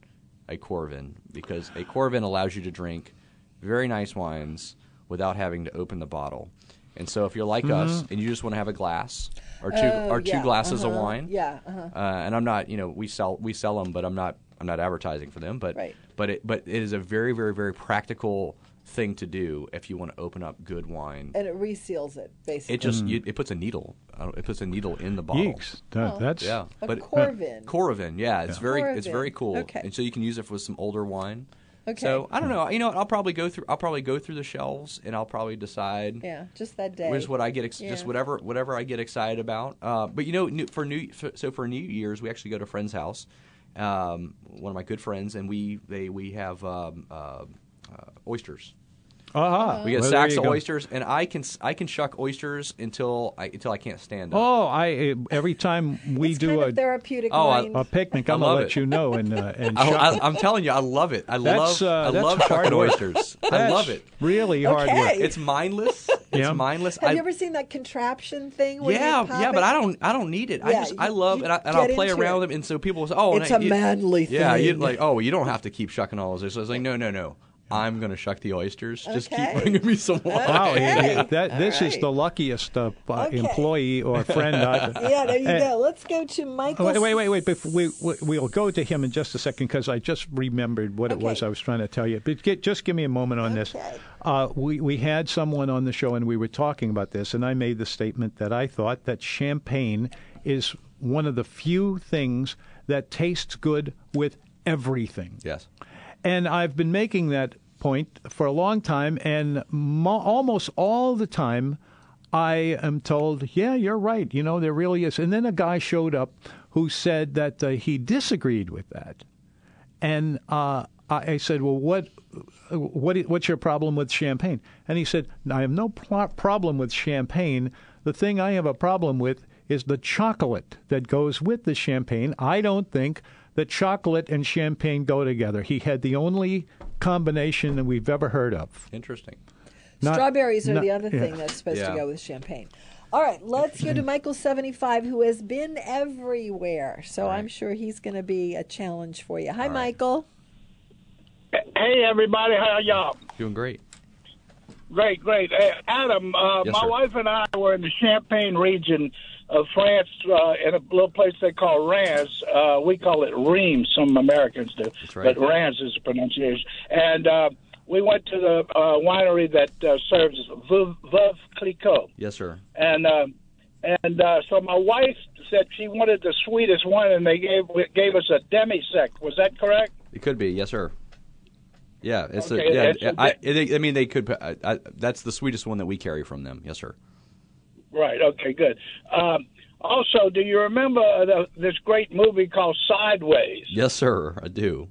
a Coravin because a Coravin allows you to drink very nice wines without having to open the bottle. And so if you're like us and you just want to have a glass or two or two
Mm-hmm. Oh, yeah,
glasses of wine,
Yeah, uh-huh.
uh, and I'm not, you know, we sell we sell them, but I'm not I'm not advertising for them. But
Right.
but it but it is a very very very practical thing to do if you want to open up good wine.
and it reseals it basically.
It just you, it puts a needle I don't- it puts a needle in the bottle.
Yeeks. That, that's
Yeah,
A
but
Corvin.
Corvin, yeah, it's very it's very
Corvin,
cool.
okay.
And so you can use it for some older wine.
Okay.
So I don't know. You know, what, I'll probably go through I'll probably go through the shelves and I'll probably decide
yeah, just that day.
Just what I get, ex- just
Yeah.
whatever, whatever I get excited about. Uh, but you know, new, for new, for, so for New Year's, we actually go to a friend's house, um, one of my good friends, and we they we have um, uh, uh, oysters.
Uh-huh.
We get
Well, there
sacks
you
of
go.
oysters, and I can s- I can shuck oysters until I until I can't stand them.
Oh, I every time we
it's
do
kind
a
of therapeutic.
Oh, I-
mind.
a picnic,
I
I'm gonna
love
let
it.
you know and uh, and
I,
shop.
am telling you, I love it. I
That's,
love
uh,
I
that's
love
hard
shucking
work.
oysters. I
That's
love it.
Really hard
Okay.
work.
It's mindless.
Yeah.
It's mindless.
Have
I-
you ever seen that contraption thing? Where
yeah,
you pop
yeah,
it?
but I don't, I don't need it. I
Yeah,
just, I
you-
love,
you
and, I, and I'll
get
play
into
around
it.
with them. And so people will say, "Oh,
It's a
and I- you-
manly
Yeah, you
thing.
like, oh, you don't have to keep shucking all those. It's like, no, no, no. I'm gonna shuck the oysters. Just keep
Okay.
bringing me some wine.
Wow,
Okay.
yeah, that, this is
right.
the luckiest uh, p-
Okay.
employee or friend. I've,
Yeah, there you
Eh,
go. Let's go to Michael.
Oh, Wait, wait, wait, wait. Before we, we, we'll go to him in just a second because I just remembered what it was
Okay.
I was trying to tell you. But get, just give me a moment on this.
Okay.
Uh, we, we had someone on the show and we were talking about this, and I made the statement that I thought that champagne is one of the few things that tastes good with everything.
Yes.
And I've been making that point for a long time, and mo- almost all the time, I am told, "Yeah, you're right. You know, there really is." And then a guy showed up who said that uh, he disagreed with that, and uh, I, I said, "Well, what, what, what's your problem with champagne?" And he said, "I have no pl- problem with champagne. The thing I have a problem with is the chocolate that goes with the champagne. I don't think that chocolate and champagne go together." He had the only combination that we've ever heard of.
Interesting.
Not-
Strawberries are
not-
the other
yeah.
thing that's supposed to
Yeah.
go with champagne. All right, let's go to Michael seventy five, who has been everywhere. So I'm sure he's going to be a challenge for you. Hi, Michael.
Hey, everybody, how y'all?
Doing great.
Great, great. Hey, Adam, uh,
Yes,
my
sir.
wife and I were in the Champagne region of France uh, in a little place they call Reims. Uh, we call it Reims, some Americans do,
right.
but Reims is the pronunciation. And uh, we went to the uh, winery that uh, serves Veuve, Veuve Clicquot.
Yes, sir.
and uh, and uh, so my wife said she wanted the sweetest one, and they gave gave us a demi sec. Was that correct?
It could be. Yes, sir. Yeah, it's
Okay,
a, yeah.
it's-
I, I, I mean, they could. I, I, that's the sweetest one that we carry from them. Yes, sir.
Right. Okay. Good. Um, also, do you remember uh, the, this great movie called Sideways?
Yes, sir. I do.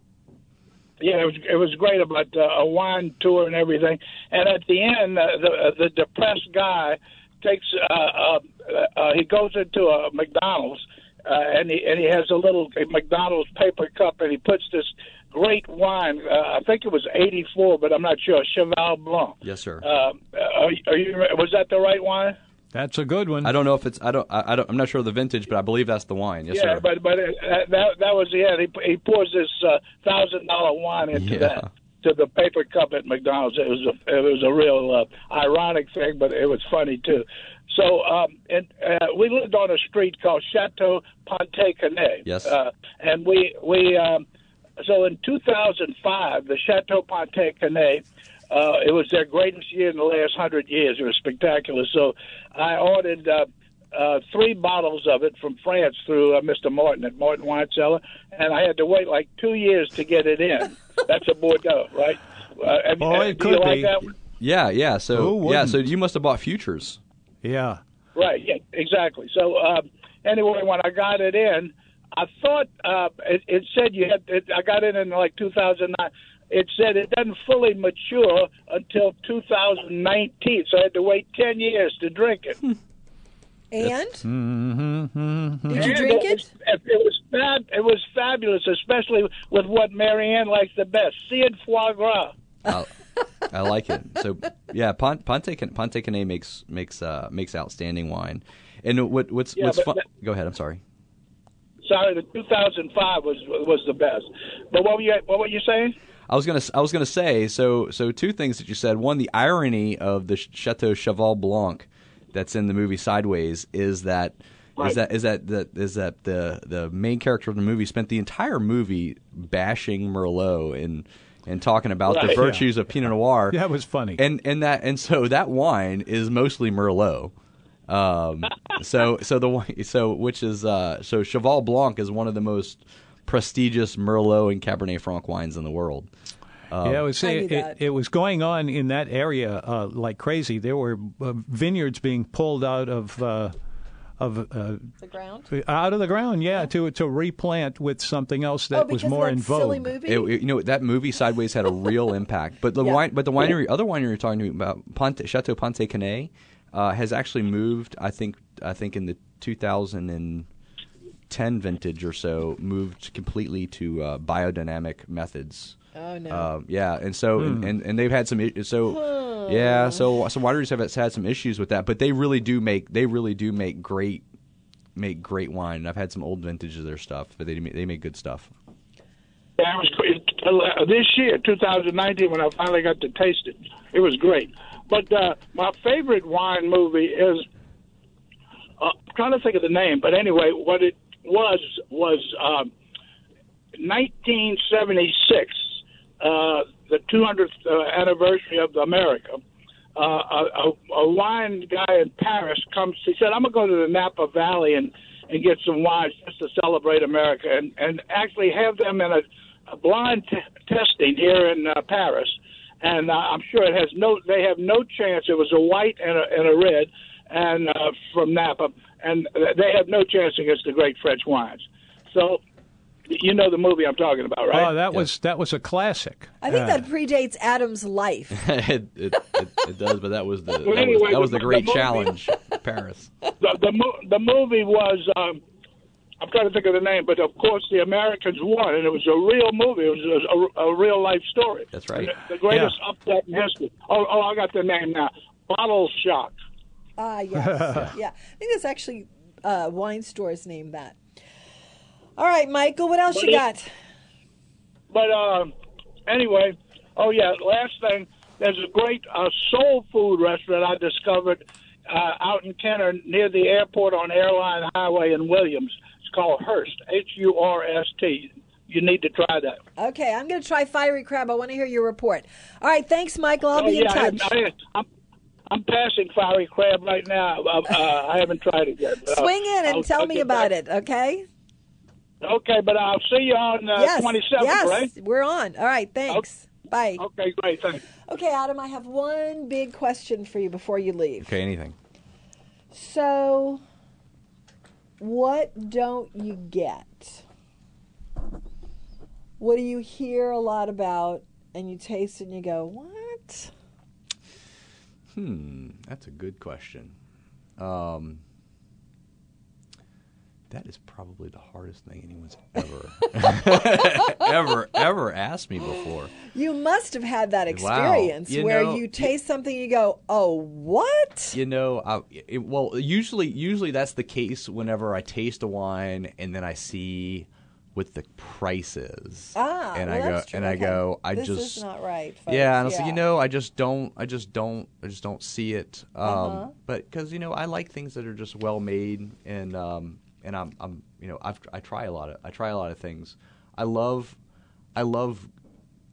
Yeah, it was it was great about uh, a wine tour and everything. And at the end, uh, the uh, the depressed guy takes uh, uh, uh, he goes into a McDonald's uh, and he and he has a little McDonald's paper cup and he puts this great wine. Uh, I think it was '84, but I'm not sure. Cheval Blanc.
Yes, sir.
Uh, are, you- are you was that the right wine?
That's a good one.
I don't know if it's. I don't. I, I don't. I'm not sure of the vintage, but I believe that's the wine. Yes,
yeah,
sir.
but but it, that that- that was the end. He, he pours this uh, thousand dollar wine into
Yeah.
that to the paper cup at McDonald's. It was a it was a real uh, ironic thing, but it was funny too. So um, and uh, we lived on a street called Chateau Ponte Canet.
Yes.
uh, and we we um, so in 2005 the Chateau Ponte Canet. Uh, it was their greatest year in the last hundred years. It was spectacular. So I ordered uh, uh, three bottles of it from France through uh, Mr. Martin at Martin Wine Cellar, and I had to wait like two years to get it in. That's a Bordeaux, right? Uh, have,
Oh,
uh,
it
do you
could
like
be.
that one?
Yeah, yeah.
Who
So yeah, so you must have bought futures.
Yeah.
Right. Yeah. Exactly. So um, anyway, when I got it in, I thought uh, it, it said you had. It, I got it in like 2009. It said it doesn't fully mature until 2019, so I had to wait 10 years to drink it.
And
Mm-hmm,
did you drink it?
It, was fab. It was fabulous, especially with what Marianne likes the best: seared foie gras.
I, I like it. So yeah, Pon- Ponte Can- Ponte Canet makes makes uh, makes outstanding wine. And what what's
Yeah,
what's
but
fun?
that-
Go ahead. I'm sorry.
Sorry, the 2005 was was the best. But what were you what were you saying?
I was gonna I was gonna say so so two things that you said. One, the irony of the Chateau Cheval Blanc that's in the movie Sideways is that is
Right.
that is that that is that the the main character of the movie spent the entire movie bashing Merlot and and talking about the
Right.
virtues of Pinot Noir.
Yeah, it was funny.
And and that and so that wine is mostly Merlot. Um, so so the wine- so which is uh, so Cheval Blanc is one of the most prestigious Merlot and Cabernet Franc wines in the world.
yeah, it was,
I knew
it, it,
that.
it was going on in that area uh, like crazy. There were uh, vineyards being pulled out of uh, of uh,
The ground.
out of the ground, yeah, to to replant with something else
oh,
that
because
was more
of that
in vogue.
silly movie.
It, it- you know that movie Sideways had a real impact, but the
Yeah.
wine, but the winery, other winery you're talking to about Ponte, Chateau Ponte Canet, uh, has actually moved. I think I think in the 2010 vintage or so, moved completely to uh, biodynamic methods.
Oh, no.
Um, yeah, and so and, and, and they've had some i- so yeah, so some wineries have had some issues with that, but they really do make they really do make great make great wine. And I've had some old vintages of their stuff, but they ma- they make good stuff.
Yeah, it was great. this year, 2019, when I finally got to taste it. It was great. But uh, my favorite wine movie is uh, I'm trying to think of the name, but anyway, what it was was um, 1976, uh, the 200th uh, anniversary of America. Uh, a, a, a wine guy in Paris comes. He said, "I'm gonna go to the Napa Valley and and get some wines just to celebrate America, and and actually have them in a, a blind t- testing here in uh, Paris." And uh, I'm sure it has no. They have no chance. It was a white and a, and a red, and uh, from Napa, and they have no chance against the great French wines. So, you know the movie I'm talking about, right?
Oh, that was that was a classic.
I think
Uh,
that predates Adam's life.
it, it, it, it does, but that was the that,
anyway,
was, that was the
the-
great
the movie-
challenge, Paris.
the the, mo- the movie was um, I'm trying to think of the name, but of course the Americans won, and it was a real movie. It was a, a real life story.
That's right.
The, the greatest upset in history. Oh, oh, I got the name now. Bottle Shock.
Ah, yes. yeah. I think that's actually uh, wine stores named that. All right, Michael, what else you got?
But um, anyway, oh yeah, last thing. There's a great uh, soul food restaurant I discovered uh, out in Kenner near the airport on Airline Highway in Williams. It's called Hearst, H U R S T. You need to try that.
Okay, I'm going to try Fiery Crab. I want to hear your report. All right, thanks, Michael. I'll
oh,
be in
yeah,
touch.
I, I, I'm, I'm passing fiery crab right now. Uh, uh, I haven't tried it yet. but, uh,
Swing in and
I'll-
tell
I'll
me
get
about
back.
it, okay?
Okay, but I'll see you on uh,
yes.
27th,
yes,
right?
we're on. All right, thanks. Bye.
Okay, great. Thanks.
Okay, Adam, I have one big question for you before you leave.
Okay, anything.
So, what don't you get? What do you hear a lot about and you taste it and you go, what?
Hmm, that's a good question. Um, that is probably the hardest thing anyone's ever, ever, ever asked me before.
You must have had that
Wow.
experience
You
where
know,
you
y-
taste something and you go, oh, what?
You know, I, it, well, usually, usually that's the case whenever I taste a wine and then I see what the price is.
Ah,
and
well,
I go,
that's true.
and I
Okay.
go, I
This
just
is not right. Folks.
Yeah, and I was like, you know, I just don't, I just don't, I just don't see it. Um, But because you know, I like things that are just well made, and um, and I'm, I'm, you know, I've, I try a lot of, I try a lot of things. I love, I love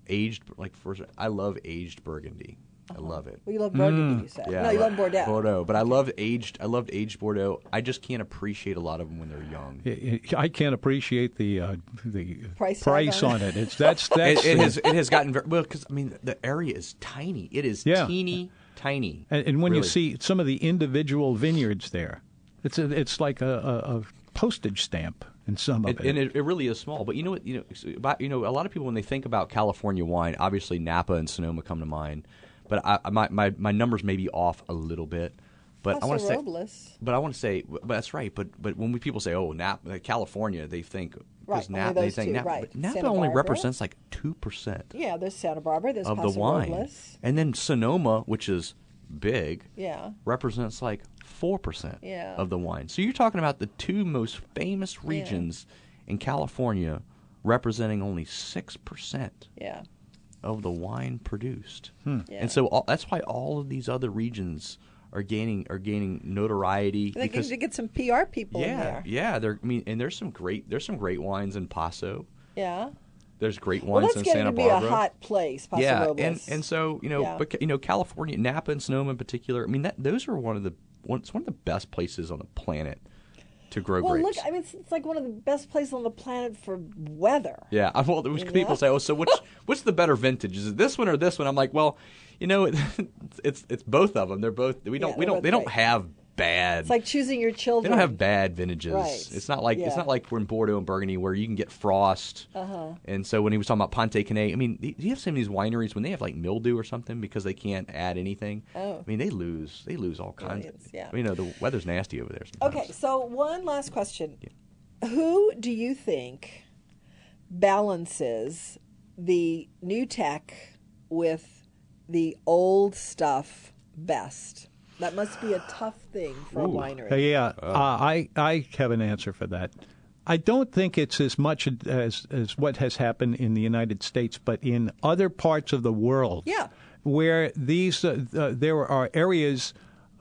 aged like first. I love aged Burgundy. I love it.
Well, you love Burgundy, you said.
Uh-huh. hmm, Yeah,
no,
I
you
lo-
love Bordeaux.
Bordeaux, but I love aged. I loved aged Bordeaux. I just can't appreciate a lot of them when they're young.
I can't appreciate the uh, the
Price
price,
tag on
on it. It's that's that's
It, it has it has gotten very well because I mean the area is tiny. It is
Yeah.
teeny tiny.
And, and when you
really.
see some of the individual vineyards there, it's a, it's like a, a, a postage stamp in some of
It,
it.
and it, it really is small, but you know what? You know, s- about, you know, a lot of people when they think about California wine, obviously Napa and Sonoma come to mind. But I, I- my, my my numbers may be off a little bit. But I want to
Paso
say,
Robles.
but I want to say, but that's right. But but when we, people say, oh, Napa, like, California, they think
Right,
because
only
Napa, they
those
think
two,
Napa,
right.
but Napa
Santa
only
Barbara.
represents like two percent
Yeah, there's Santa Barbara, there's
of
Paso
the wine,
Robles.
and then Sonoma, which is big,
Yeah.
represents like four percent
Yeah.
of the wine. So you're talking about the two most famous regions in California representing only six percent
Yeah.
of the wine produced,
Yeah.
and so all, that's why all of these other regions are gaining are gaining notoriety
They need
because
to get some PR people in
yeah
there.
yeah there I mean and there's some great there's some great wines in Paso.
Yeah.
There's great
Well,
wines
let's
in
get
Santa
it to be
Barbara
a hot place, Paso
yeah,
Robles.
and and so you know,
Yeah.
but you know, California, Napa and Sonoma in particular. I mean, that those are one of the one, it's one of the best places on the planet to grow
well,
grapes.
look, I mean, it's, it's like one of the best places on the planet for weather.
yeah, I, well, there was people say, "Oh, so which what's the better vintage? Is it this one or this one?" I'm like, "Well, you know, it, it's it's both of them. They're both we don't
Yeah,
we
they're
don't
both
they don't
great.
have bad.
It's like choosing your
they
children.
don't have bad vintages.
Right.
It's not like
Yeah.
it's not like we're in Bordeaux and Burgundy where you can get frost. Uh-huh. And so when he was talking about Ponte Canet, I mean, do you have some of these wineries when they have like mildew or something because they can't add anything?
Oh.
I mean, they lose they lose all kinds.
Millions, yeah.
I mean, you know, the weather's nasty over there. Sometimes.
Okay, so one last question. Who do you think balances the new tech with the old stuff best? That must be a tough thing for a winery.
Yeah,
Oh.
uh, I I have an answer for that. I don't think it's as much as as what has happened in the United States, but in other parts of the world.
Yeah.
where these uh, uh, there are areas.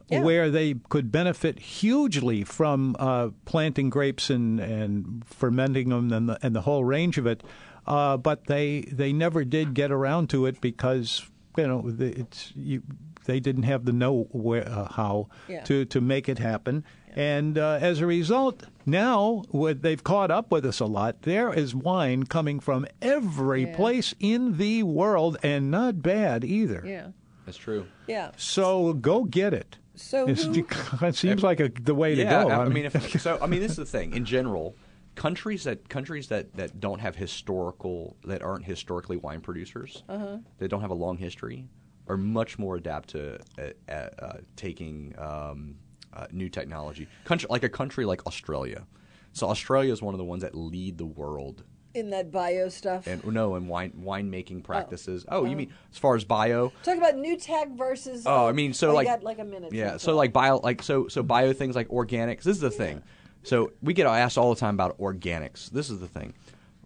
Yeah.
Where they could benefit hugely from uh, planting grapes and, and fermenting them and the, and the whole range of it, uh, but they they never did get around to it because you know the- it's you, they didn't have the know where, uh, how
Yeah.
to to make it happen. And uh, as a result, now what they've caught up with us a lot. There is wine coming from every place in the world, and not bad either.
Yeah.
that's true.
Yeah.
So go get it.
So
It's-
who-
it seems like a, the way
Yeah,
to go.
I, I mean, if, so I mean, this is the thing. In general, countries that countries that, that don't have historical that aren't historically wine producers, that don't have a long history, are much more adapt to uh, uh, uh, taking um, uh, new technology. Country like a country like Australia. So Australia is one of the ones that lead the world.
in that bio stuff.
And no, and wine winemaking practices. Oh, you mean as far as bio?
Talk about new tech versus.
Oh, I mean, so
oh, you
like,
got like a minute.
Yeah,
that's
so
all.
like bio, like so so bio things like organics. This is the thing. So we get asked all the time about organics. This is the thing.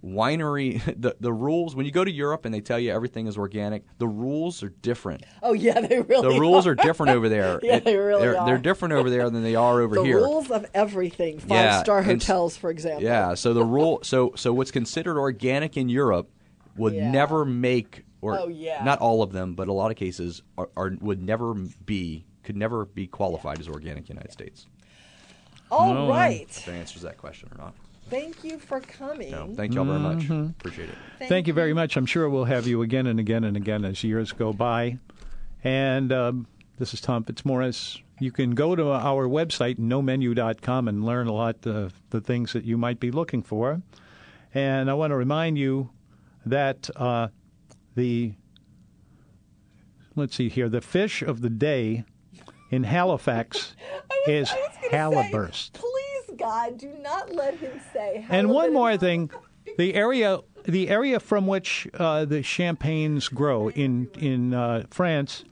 Winery, the the rules when you go to Europe and they tell you everything is organic, the rules are different.
Oh yeah, they really.
The rules are different over there.
Yeah, they really
are
are.
They're different over there than they are over
the
here.
rules of everything. Five
Yeah,
star
and s-
hotels, for example.
Yeah. So the rule. So so what's considered organic in Europe would
Yeah.
never make or
Oh, yeah.
not all of them, but a lot of cases are, are would never be could never be qualified as organic in the United States.
All right.
If that answers that question or not.
Thank you for coming.
No. Thank y'all very much. Appreciate it.
Thank you very much. I'm sure we'll have you again and again and again as years go by. And um, this is Tom Fitzmaurice. You can go to our website, nomenu.com, and learn a lot of the things that you might be looking for. And I want to remind you that uh, the, let's see here, the fish of the day in Halifax is
I was gonna say,
haliburst.
Please, God, do not let him say.
And one
halibut.
more thing, the area the area from which uh, the champagnes grow in in uh, France,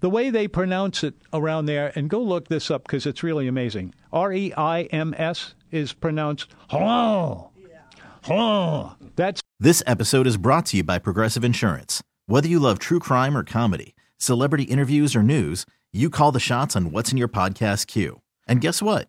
the way they pronounce it around there, and go look this up because it's really amazing. R e i m s is pronounced Rouen. Rouen. That's
This episode is brought to you by Progressive Insurance. Whether you love true crime or comedy, celebrity interviews or news, you call the shots on what's in your podcast queue. And guess what?